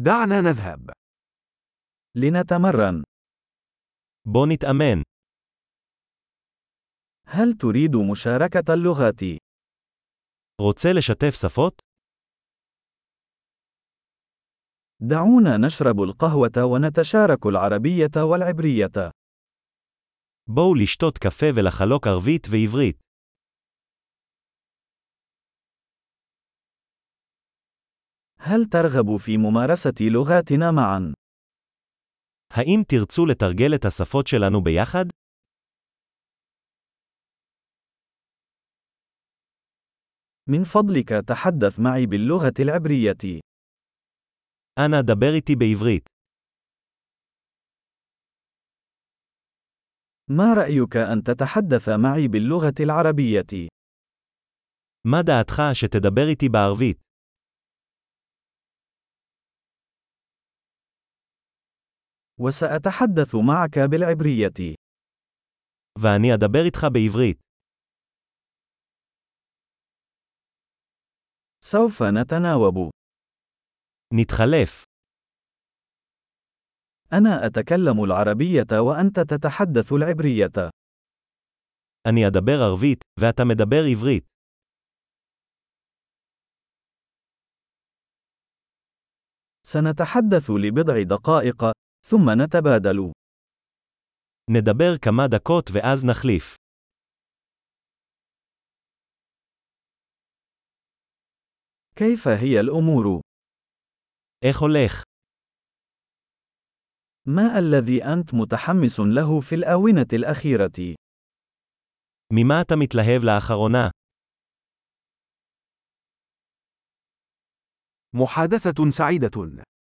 دعنا نذهب. لنتمرن. בוא נתאמן. هل تريد مشاركة اللغات؟ רוצה לשתף שפות? دعونا نشرب القهوة ونتشارك العربية والعبرية. בואו לשתות קפה ולחלוק ערבית ועברית. هل ترغب في ممارسة لغاتنا معا؟ האם תרצו לתרגל את השפות שלנו ביחד? من فضلك تحدث معي باللغة العبرية. אנא דבר איתי בעברית. ما رأيك أن تتحدث معي باللغة العربية؟ מה דעתך שתדבר איתי בערבית? وسأتحدث معك بالعبرية. ואני אדבר איתך בעברית. سوف نتناوب. נתחלף. أنا أتكلم العربية وأنت تتحدث العبرية. אני אדבר ערבית, ואתה מדבר עברית. سنتحدث لبضع دقائق، ثم نتبادل. נדבר כמה דקות ואז נחליף. كيف هي الأمور؟ איך הולך? ما الذي أنت متحمس له في الآونة الأخيرة؟ ממה אתה מתלהב לאחרונה? محادثة سعيدة.